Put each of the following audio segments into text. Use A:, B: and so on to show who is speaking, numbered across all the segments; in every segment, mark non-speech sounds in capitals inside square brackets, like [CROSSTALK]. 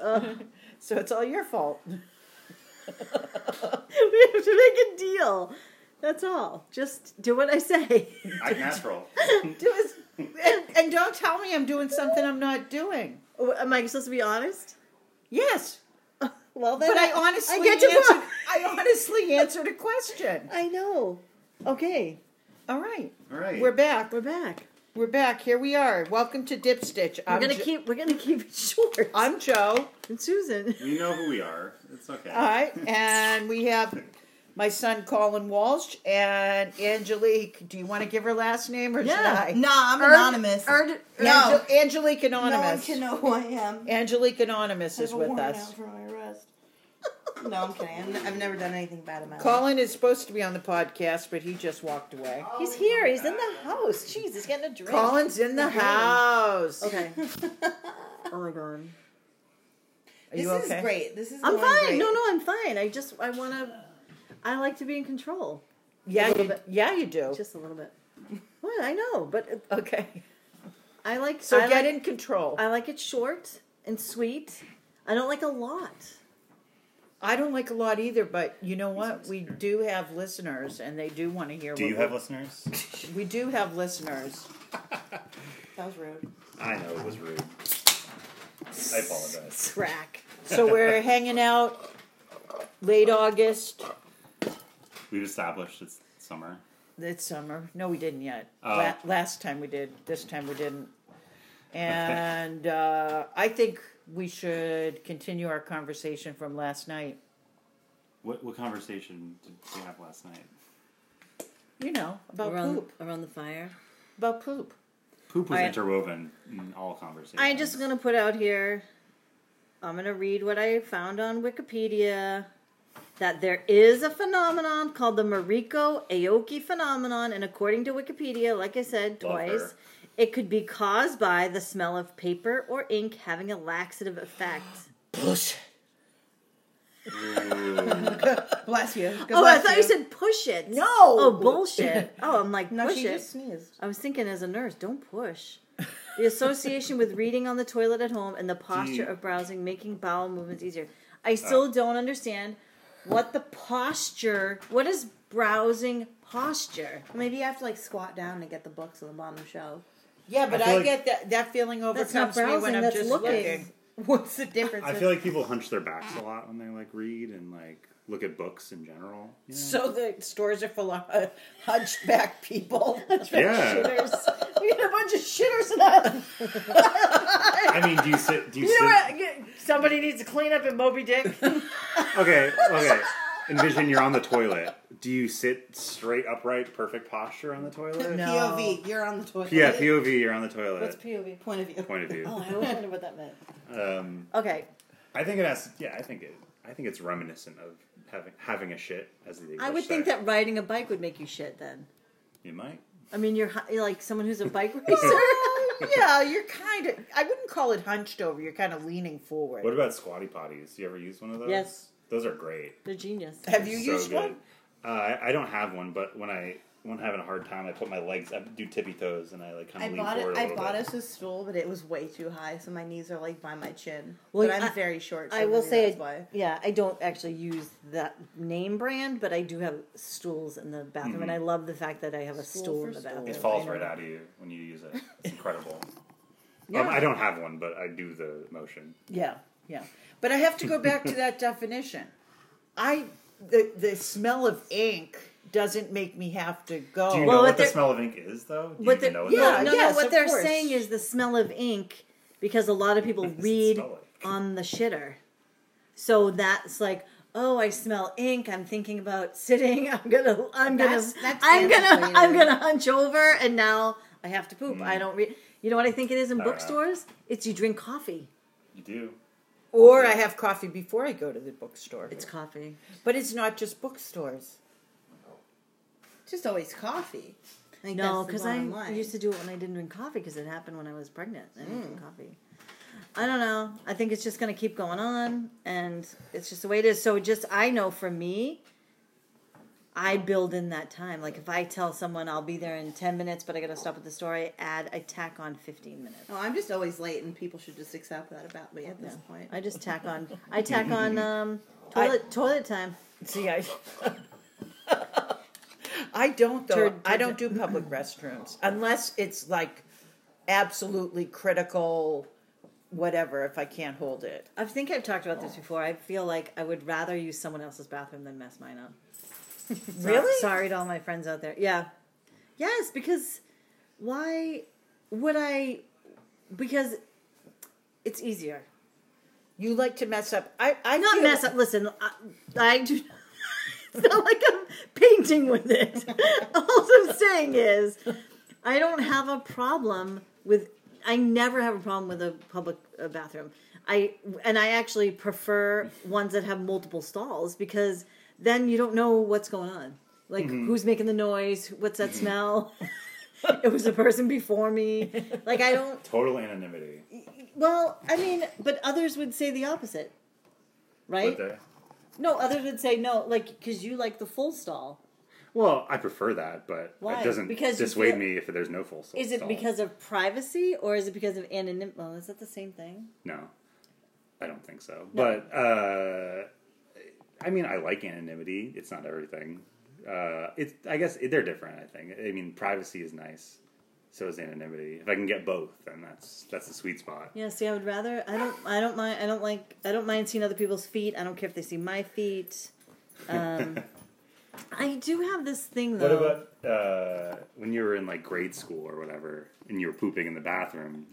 A: Uh, so it's all your fault. we [LAUGHS] have to make a deal. That's all. Just do what
B: [LAUGHS]
A: I say.
C: I can ask for all.
A: [LAUGHS] do as.
D: And, and don't tell me I'm doing something I'm not doing.
A: Oh, Am I supposed to
B: [LAUGHS]
A: be honest?
D: Yes,
A: Well, then
D: but I honestly
A: I get to
D: answered,
A: vote.
D: I honestly answered a question.
A: [LAUGHS] I know. Okay,
D: All right,
C: All right.
D: we're back.
A: we're back.
D: We're back. Here we are. Welcome to Dipstitch.
A: We're
D: I'm
A: gonna
D: Jo-
A: keep. We're gonna keep it [LAUGHS] short.
D: I'm Joe.
A: and Susan.
C: You know who we are. It's okay.
D: All
A: Uh,
D: right, and we have my son Colin Walsh and Angelique. Do you want to give her last name or should I?
B: Nah, I'm
A: Erd-
B: anonymous.
A: Erd-
B: No.
D: Angel- Angelique
B: no one
D: Anonymous.
B: can know who I am.
D: Angelique Anonymous
B: I
D: is
B: have a
D: with
B: warrant
D: us.
B: out for my
A: [LAUGHS]
B: arrest. no, I'm kidding. I'm, I've never done anything bad in my life.
D: Colin is supposed to be on the podcast, but he just walked away.
A: He's here. He's in the house. Jeez, he's getting a drink.
D: Colin's in the house.
A: Okay. oh my god.
D: Are
B: this
D: you okay?
B: is great. This is
A: I'm
B: going
A: fine.
B: Great.
A: No, no, I'm fine. I just I want to. I like to be in control, A
D: Yeah,
A: little
D: you,
A: bit.
D: yeah, you do.
A: just a little bit. What I know, but
D: okay.
A: I
D: [LAUGHS]
A: like.
D: So
A: I
D: get
A: like,
D: in control.
A: I like it short and sweet. I don't like a lot.
D: I don't like a lot either, but you know what? We do have listeners, and they do want to hear.
C: Do
D: what
C: you have listeners?
D: have? We do have listeners.
B: That was rude.
C: I know it was rude. I apologize.
A: Crack.
C: [LAUGHS]
D: So we're hanging out late August.
C: We've established it's summer.
D: It's summer. No, we didn't yet.
C: Oh.
D: La- last time we did. This time we
C: [LAUGHS]
D: didn't. And uh, I think we should continue our conversation from last night.
C: What what conversation did we have last night?
D: You know about
A: Around,
D: poop.
A: around the fire.
D: About poop.
C: Poop was
A: I-
C: interwoven in all conversations.
A: I just gonna put out here. I'm gonna read what I found on Wikipedia. That there is a phenomenon called the Mariko Aoki phenomenon, and according to Wikipedia, like I said
C: Love her.
A: twice, it could be caused by the smell of paper or ink having a laxative effect.
D: Push.
C: Ooh.
B: Bless you. Good
A: oh, I
B: bless
A: thought you said push it.
D: No!
A: Oh, bullshit. Oh, I'm like
B: No,
A: push
B: she
A: it.
B: just sneezed.
A: I was thinking as a nurse, don't push. The association with reading on the toilet at home and the posture
C: Gee.
A: of browsing making bowel movements easier.
C: Oh.
A: I still don't understand what the posture. What is browsing posture?
B: Maybe you have to like squat down and get the books on the bottom shelf.
D: Yeah, but
C: I
D: I,
C: feel like-
D: get that that feeling
A: That's not
D: overcomes me
A: browsing,
D: when I'm
A: that's
D: just
A: looking.
D: looking.
B: What's the difference?
C: I feel like people hunch their backs a lot when they like read and like look at books in general. you know?
D: So the stores are full of hunchback [LAUGHS] people.
C: yeah.
A: Shitters. We had a bunch of shitters in that.
C: I mean, do you sit? Do you,
A: You know
C: sit?
A: what? You- Somebody needs to clean up in Moby Dick.
D: [LAUGHS]
C: Okay, okay. Envision you're on the toilet. Do you sit straight upright, perfect posture on the toilet?
D: No.
B: POV. You're on the toilet.
C: Yeah, POV, you're on the toilet.
A: What's POV?
B: Point of view.
C: Point of view.
A: Oh, I always wondered what that meant.
C: Um,
A: Okay,
C: I think it has. Yeah, I think it. I think it's reminiscent of having having a shit as the.
A: I would
C: English
A: think
C: say.
A: that riding a bike would make you shit. Then,
C: you might.
A: I mean, you're, hi- you're like someone who's
C: [LAUGHS]
A: a bike racer.
D: yeah, you're kind of. I wouldn't call it hunched over. You're kind of leaning forward.
C: What about squatty potties? Do you ever use one of those?
A: Yes.
C: Those are great.
A: They're genius.
D: Have you
C: so
D: used
C: good.
D: one?
C: Uh, I, I don't have one, but when I when I'm having a hard time, I put my legs. I do tippy toes, and I like kind
B: I
C: of lean
B: bought
C: forward
B: it.
C: a
B: I
C: little
B: bought
C: bit.
B: us a stool, but it was way too high, so my knees are like by my chin.
A: Well,
B: but I'm
A: I-
B: very short. So
A: I will
B: maybe
A: say,
B: that's why.
A: yeah, I don't actually use that name brand, but I do have stools in the bathroom,
C: Mm-hmm.
A: and I love the fact that I have a stool,
B: for
A: in the
B: stool.
A: bathroom.
C: It
B: I
C: falls
B: know.
C: right out of you when you use it. It's incredible.
D: Yeah.
C: Um, I don't have one, but I do the motion.
D: Yeah, yeah. But I have to go back to that definition. I the the smell of ink doesn't make me have to go.
C: Do you
A: Well,
C: know
A: what
C: what the
A: they're-
C: smell of ink is, though? Do you
A: What
C: even
A: they're,
C: know
A: no,
C: what
D: Yeah,
C: that is?
A: no,
D: yes,
A: no, what
D: of
A: they're
D: course.
A: saying is the smell of ink, because a lot of people
C: What does it [LAUGHS]
A: read
C: smell like?
A: on the shitter, so that's like. Oh, I smell ink. I'm thinking about sitting. [LAUGHS] I'm gonna. I'm gonna.
B: That's- that's
A: I'm gonna.
B: antiquated.
A: [LAUGHS] I'm gonna hunch over, and now I have to poop. I don't read. You know what I think it is in
C: Mm. Uh.
A: bookstores? It's you drink coffee.
C: You do.
D: or I have coffee before I go to the bookstore.
A: It's coffee.
D: but it's not just bookstores.
B: Just always coffee. I think
A: No,
B: that's the
A: because I
B: bottom line.
A: used to do it when I didn't drink coffee because it happened when I was pregnant. I didn't
B: Mm.
A: drink coffee. I don't know. I think it's just going to keep going on, and it's just the way it is. So, just I know for me, I build in that time. Like if I tell someone I'll be there in ten minutes, but I got to stop at the store, I add I tack on fifteen minutes.
B: Oh, I'm just always late, and people should just accept that about me at this point.
A: I just tack on. I
B: [LAUGHS]
A: tack on um, toilet toilet time.
D: See, I. I don't though.
A: Turd-
D: I don't do public restrooms unless it's like absolutely critical, whatever. If I can't hold it,
A: I think I've talked about this before. I feel like I would rather use someone else's bathroom than mess mine up. So-
D: Really?
A: Sorry to all my friends out there. Yeah. Yes, because why would I? Because it's easier.
D: you like to mess up. I I
A: Not
D: feel-
A: mess up. Listen, I, I do. [LAUGHS] It's not like I'm painting with it. [LAUGHS] All I'm saying is, I don't have a problem with. I never have a problem with a public uh, bathroom. I and I actually prefer ones that have multiple stalls because then you don't know what's going on. Like who's making the noise? What's that smell? it was the person before me. Like I don't.
C: Total anonymity.
A: Well, I mean, but others would say the opposite, right?
C: But the,
A: No, others would say no, like because you like the full stall.
C: well, I prefer that, but
A: Why?
C: it doesn't
A: Because you
C: dissuade
A: feel-
C: me if there's no full s-
A: Is it
C: stall.
A: because of privacy or is it because of anonymity? Well, is that the same thing?
C: No, I don't think so. But uh, I mean, I like anonymity. It's not everything. Uh, it's I guess it, they're different. I think. I mean, privacy is nice. So is anonymity. If I can get both, then that's that's the sweet spot.
A: Yeah. See, I would rather. I don't. I don't mind. I don't like. I don't mind seeing other people's feet. I don't care if they see my feet. Um, [LAUGHS] I do have this thing though.
C: What about uh, when you were in like grade school or whatever, and you were pooping in the bathroom?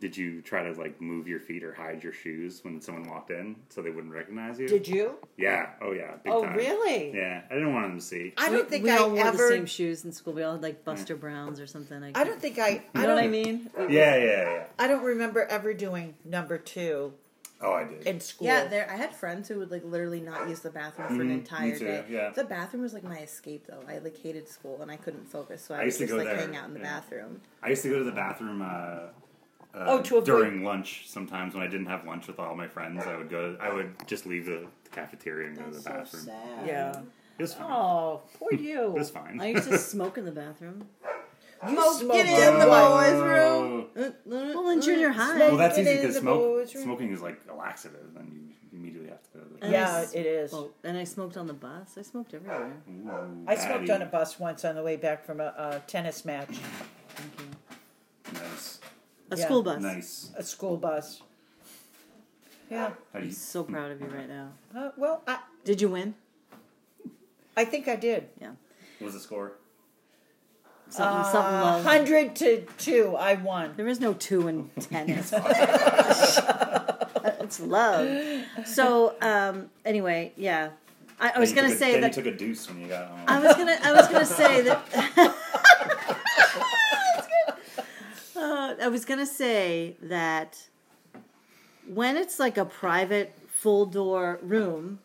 C: Did you try to like move your feet or hide your shoes when someone walked in so they wouldn't recognize you?
D: Did you?
C: yeah. Oh yeah. Big
D: Oh,
C: time.
D: really?
C: Yeah. I didn't want them to see.
D: I
A: We,
D: don't think
A: we
D: I
A: all wore
D: ever.
A: the same shoes in school. We all had like Buster Browns or something. Like,
D: I don't think I.
A: You
D: I
A: know
D: don't.
A: what I mean?
C: yeah, yeah, yeah.
D: I don't remember ever doing number two
C: Oh, I did.
D: in school.
B: Yeah, there. I had friends who would like literally not use the bathroom for an entire
C: Mm-hmm. too,
B: day.
C: yeah.
B: The bathroom was like my escape, though. I like hated school and I couldn't focus, so I,
C: I
B: was
C: used to
B: just
C: go
B: like
C: there,
B: hang out in the
C: yeah.
B: bathroom.
C: I used to go to the bathroom uh, uh,
D: Oh, to avoid-
C: during lunch sometimes when I didn't have lunch with all my friends. I would go. I would just leave the cafeteria and go to the bathroom.
B: sad.
D: Yeah.
C: It was fine.
D: Oh, poor
C: It
D: you.
C: was fine.
A: [LAUGHS]
C: [LAUGHS]
A: I used to smoke in the bathroom.
D: You smoke
B: Get in the boys' room.
C: Oh.
A: Well, in junior high,
C: Well, that's
D: Get
C: easy
D: in
C: because
D: the
C: smoke,
D: boys' room.
C: smoking is like a laxative, then you immediately have to go to the.
D: Yeah, it is.
A: Oh, and I smoked on the bus. I smoked everywhere.
C: Ooh,
D: I smoked
C: fatty.
D: on a bus once on the way back from a, a tennis match,
C: Nice,
A: A
D: Yeah.
A: school bus.
C: nice.
D: a school bus. Yeah.
C: How do
A: I'm
C: you-
A: so proud of you right now.
D: Uh, well, I,
A: Did you win?
D: I think I did.
A: Yeah.
C: what was the score?
A: Something, something
D: Uh,
A: low.
D: 100 to 2, I won.
A: There is no two in tennis. it's love. So um, anyway, yeah. I, I was
C: Then you
A: gonna
C: took a- then
A: say
C: you
A: that.
C: took a deuce when you got home.
A: I was gonna. I was gonna say that. [LAUGHS] Uh, I was gonna say that when it's like a private full door room,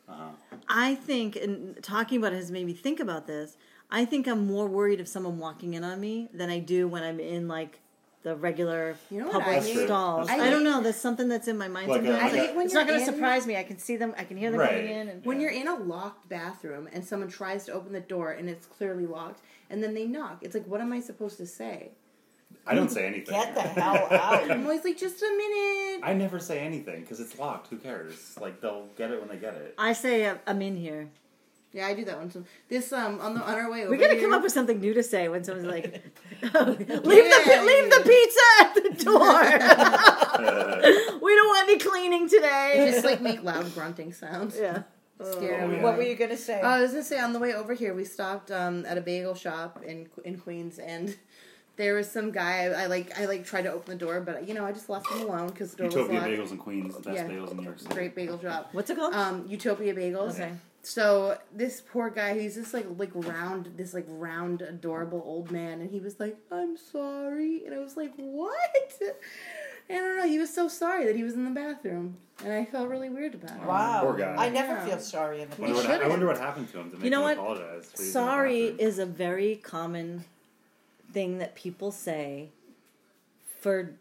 A: I think, and talking about it has made me think about this. I think I'm more worried of someone walking in on me than I do when I'm in like the regular
B: You know what
A: public
B: I hate?
A: stalls.
C: That's
A: I,
B: true.
A: don't know. There's something that's in my mind.
C: Like a-
A: sometimes.
C: I hate
A: Like,
B: when
A: it's
B: you're
A: not gonna
B: in-
A: surprise me. I can see them. I can hear them
C: Right.
A: coming in. And,
B: When you're in a locked bathroom and someone tries to open the door and it's clearly locked, and then they knock, it's like, what am I supposed to say?
C: I don't say anything.
D: Get the hell out.
B: I'm always like, just a minute.
C: I never say anything because it's locked. Who cares? Like they'll get it when they get it.
A: I say uh, I'm in here.
B: Yeah, I do that one. too. This um on the on our way over.
A: We gotta
B: here-
A: come up with something new to say when someone's like, "Oh, "Leave the
B: Yeah.
A: leave the pizza at the door. [LAUGHS] we don't want any cleaning today."
B: just like make loud grunting sounds.
A: Yeah.
B: Scare
C: Oh,
B: everyone.
C: yeah.
D: What were you going to say?
B: Uh, I was gonna say on the way over here, we stopped um, at a bagel shop in in Queens, and there was some guy. I, I like I like tried to open the door, but you know I just left him alone because the door
C: Utopia
B: was locked.
C: Bagels in Queens, the best
B: Yeah.
C: bagels in New York City.
B: Great bagel shop.
A: What's it called?
B: Um, Utopia Bagels.
A: Okay.
B: So this poor guy, he's this like like round, this like round, adorable old man, and he was like, "I'm sorry," and I was like, "What?" [LAUGHS] And I don't know. He was so sorry that he was in the bathroom, and I felt really weird about it.
D: wow.
C: Poor guy.
D: I never
B: Yeah.
D: feel sorry in the
C: Wonder what- I
B: shouldn't.
C: wonder what happened to him to make
A: know
C: him
A: what?
C: apologize. for using the
A: Sorry
C: bathroom.
A: is a very common thing that people say for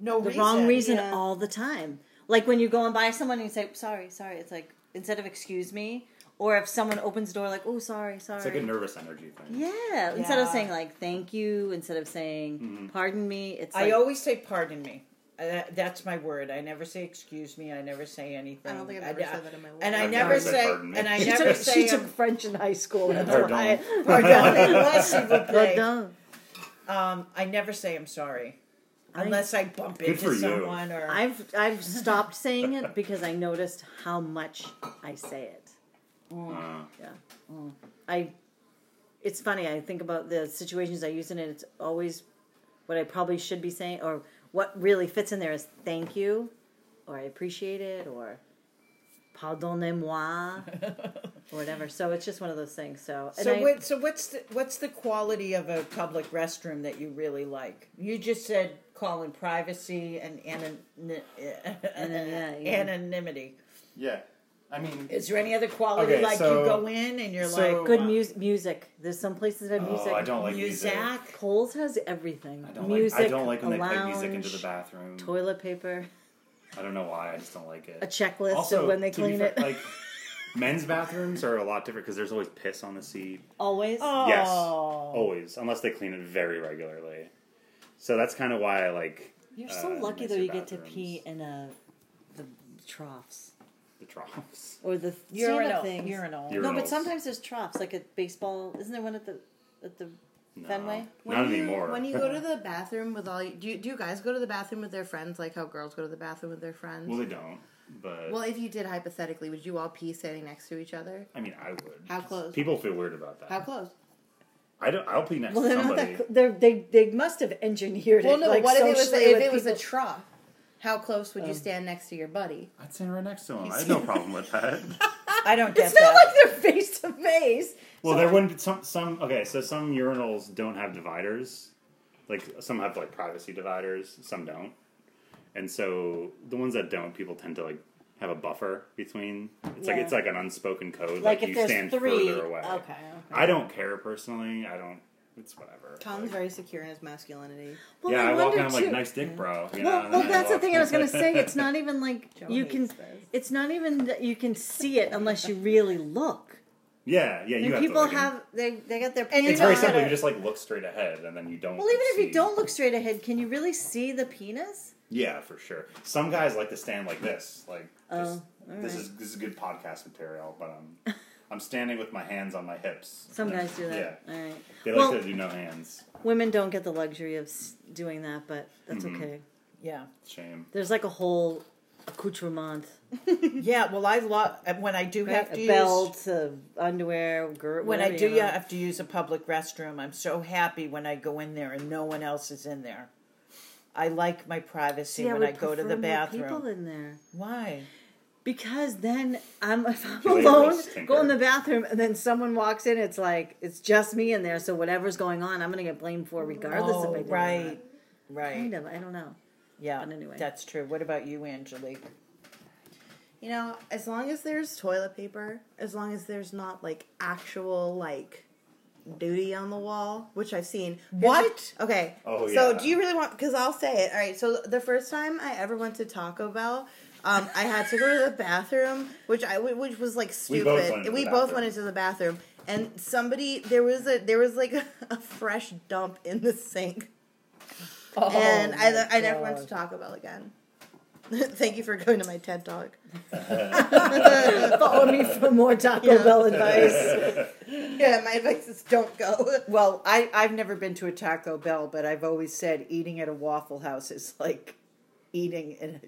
D: No
A: the wrong reason
B: yeah.
A: all the time. Like when you go and buy someone and you say sorry, sorry, it's like instead of excuse me or if someone opens the door like, "Oh, sorry, sorry."
C: It's like a nervous energy thing.
A: yeah. Instead of
D: Yeah.
A: saying like "thank you," instead of saying
C: Mm-hmm.
A: "pardon me," it's
D: I
A: like,
D: always say pardon me. Uh, that- that's my word. I never say excuse me. I never say anything.
B: I don't think I've ever
D: I-
B: said that in my life.
D: And I
C: I've
D: never
C: never said
D: say.
C: pardon me.
D: And I
C: She
A: she,
D: never
A: took,
D: say.
A: she took French in high school. That's
C: Pardon.
A: why.
D: pardon unless you would
A: Pardon.
D: play. Um, I never say I'm sorry unless I bump
C: Good for
D: into
C: you.
D: someone or
A: I've I've stopped saying it because I noticed how much I say it.
C: Uh,
A: Yeah. I. It's funny. I think about the situations I use in it. It's always what I probably should be saying, or what really fits in there is "thank you," or "I appreciate it," or "pardonnez-moi," or whatever. So it's just one of those things. So, and
D: So
A: I-
D: what? So what's the what's the quality of a public restroom that you really like? You just said call in privacy and anon- [LAUGHS]
A: Anonymity, yeah.
D: anonymity.
C: yeah. I mean,
D: Is there any other quality
C: Okay,
D: like
C: so-
D: you go in and you're
C: so-
D: like
A: good mus- music. There's some places that have music.
C: oh, I don't like music.
D: music?
A: Kohl's has everything.
C: I don't
A: music.
C: like. I don't like when
A: a
C: they play
A: lounge,
C: music into the bathroom.
A: Toilet paper,
C: I don't know why. I just don't like it.
A: a checklist
C: also,
A: of when they
C: to be
A: clean
C: fair,
A: it. [LAUGHS]
C: like men's bathrooms are a lot different because there's always piss on the seat.
A: Always.
C: Yes,
D: Oh.
C: always, unless they clean it very regularly. So that's kind of why I like.
A: You're so
C: uh,
A: lucky though.
C: nicer
A: You get to
C: bathrooms.
A: pee in a the troughs
C: the troughs.
A: or the
D: urinal?
A: urinal things.
D: Urinal.
C: Urinal.
A: No, but
C: Urinals.
A: sometimes there's troughs. Like at baseball, isn't there one at the at the
C: No,
A: Fenway?
C: not
B: you,
C: anymore.
B: When you
C: [LAUGHS]
B: go to the bathroom with all, do you, do you guys go to the bathroom with their friends like how girls go to the bathroom with their friends?
C: well, they don't. But
B: Well, if you did hypothetically, would you all pee standing next to each other?
C: I mean, I would.
B: How close?
C: People feel weird about that.
B: How close?
C: I don't. I'll pee next
A: Well,
C: to
A: they're not
C: somebody.
A: that. cl- They're, they they must have engineered
B: Well,
A: it.
B: no.
A: like,
B: what if it was
A: socially
B: if
A: with
B: it was a
A: people. Um,
B: trough? How close would you stand next to your buddy?
C: I'd stand right next to him. I had
A: [LAUGHS]
C: no problem with that.
D: I don't get
B: [LAUGHS]
A: It's not
D: that.
A: like they're face to face.
C: [LAUGHS] Well, there wouldn't be some some okay. So some urinals don't have dividers, like some have like privacy dividers, some don't, and so the ones that don't, people tend to like have a buffer between. It's like
A: Yeah.
C: it's like an unspoken code.
A: Like,
C: Like,
A: if
C: you
A: there's
C: stand
A: three,
C: further away.
A: okay.
C: I don't care personally. I don't. It's whatever.
B: Tom's very secure in his masculinity.
A: Well,
C: yeah, I,
A: I,
C: walk
A: wonder
C: in. I'm like,
A: too-
C: nice dick, bro. You know,
A: Well,
C: and
A: well,
C: then I
A: that's the
C: walk-
A: thing I was gonna say. It's not even like
B: Joe
A: you
B: hates
A: can.
B: this.
A: It's not even that you can see it unless you really look.
C: [LAUGHS] yeah, yeah. You
A: And
C: have
A: people
C: to look in.
A: have they they got their
B: And you
A: pants
C: It's very
B: know
A: on.
C: simple. You just like look straight ahead, and then you don't.
A: Well, even if you
C: see-
A: don't look straight ahead, can you really see the penis?
C: Yeah, for sure. Some guys like to stand like this. Like just,
A: Oh, all
C: this
A: right.
C: is this is good podcast material, but
A: [LAUGHS]
C: I'm I'm standing with my hands on my hips.
A: Some
C: And-
A: guys do that.
C: Yeah.
A: All right.
C: They
A: well,
C: like to do no hands.
A: women don't get the luxury of s- doing that, but that's
C: Mm-hmm.
A: okay.
D: Yeah.
C: Shame.
A: There's like a whole accoutrement,
D: Yeah. Well, I love when I do have to
A: a
D: use-
A: belt, a underwear, girdle.
D: when I
A: whatever,
D: do
A: you know.
D: yeah, have to use a public restroom, I'm so happy when I go in there and no one else is in there. I like my privacy
A: See,
D: when
A: would
D: I go to
A: prefer
D: the
A: more People
D: bathroom.
A: in there.
D: Why?
A: Because then I'm [LAUGHS] if I'm
C: You're like a real
A: alone,
C: stinker.
A: go in the bathroom, and then someone walks in. It's like it's just me in there, so whatever's going on, I'm gonna get blamed for, regardless if
D: Oh,
A: I did it or not.
D: right, right.
A: Kind of, I don't know.
D: Yeah,
A: but anyway.
D: that's true. What about you, Angelique?
B: You know, as long as there's toilet paper, as long as there's not like actual like duty on the wall, which I've seen.
D: What?
B: Okay.
C: Oh,
B: So
C: yeah.
B: do you really want? Because I'll say it. All right. So the first time I ever went to Taco Bell. Um, I had to go to the bathroom, which I which was like
C: We
B: stupid.
C: both went into
B: We
C: the
B: both
C: bathroom.
B: went into the bathroom, and somebody there was a there was like [LAUGHS] a fresh dump in the sink,
D: Oh,
B: and I
D: my
B: I never went to
D: God.
B: Taco Bell again. [LAUGHS] Thank you for going to my TED talk.
A: Follow me for more Taco
D: [LAUGHS]
A: Bell advice.
B: Yeah, my advice is don't go. [LAUGHS]
D: Well, I I've never been to a Taco Bell, but I've always said eating at a Waffle House is like eating in a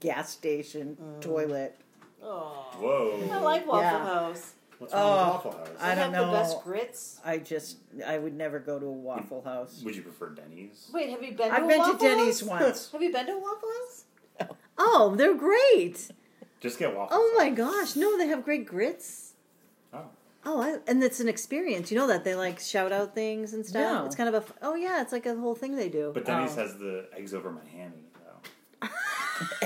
D: gas station
A: Mm.
D: toilet.
A: I
C: Whoa.
A: like Waffle
D: Yeah.
A: House.
C: What's
A: Oh,
C: wrong with Waffle House?
D: I
A: They
D: don't
A: have the best
D: know.
A: grits.
D: I just I would never go to a Waffle House.
C: Would you prefer Denny's?
A: Wait, have you been? to
D: I've
A: a
D: been to
A: Waffle
D: Denny's
A: House? [LAUGHS]
D: once.
A: Have you been to a Waffle House? Oh, they're great.
C: Just get waffles.
A: Oh my gosh, no, they have great grits.
C: Oh.
A: Oh, I, and it's an experience. You know that they like shout out things and stuff.
D: No.
A: It's kind of a f- oh yeah, it's like a whole thing they do.
C: But Denny's
D: Oh.
C: has the eggs over my hammy, though.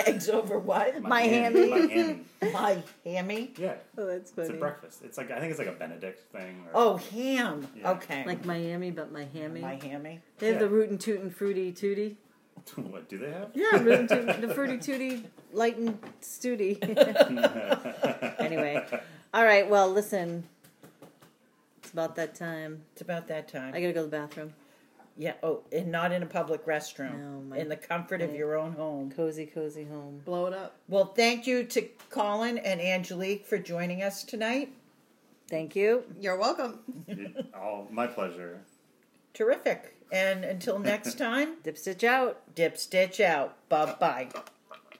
D: Eggs over what?
A: My
C: hammy.
A: hammy.
C: My
A: [LAUGHS]
C: hammy.
D: My hammy.
C: Yeah.
A: oh, that's
C: It's a
A: funny.
C: breakfast. It's like I think it's like a Benedict thing. Or,
D: Oh, ham.
C: Yeah.
D: Okay.
A: Like Miami, but my hammy.
D: my hammy.
A: they have the
C: yeah.
A: rootin' tootin' fruity tooty.
C: [LAUGHS] what do they have?
A: Yeah, rootin' tootin', the fruity tooty light and stooty. [LAUGHS] anyway, All right. Well, listen. It's about that time.
D: It's about that time.
A: I gotta go to the bathroom.
D: yeah. Oh, and not in a public restroom.
A: No, my-
D: in the comfort of your own home.
A: Cozy, cozy home.
B: Blow it up.
D: Well, thank you to Colin and Angelique for joining us tonight.
A: Thank you.
B: You're welcome.
C: oh, my pleasure.
D: Terrific. And until next time,
A: Dipstitch out.
D: dip stitch out. Bye bye.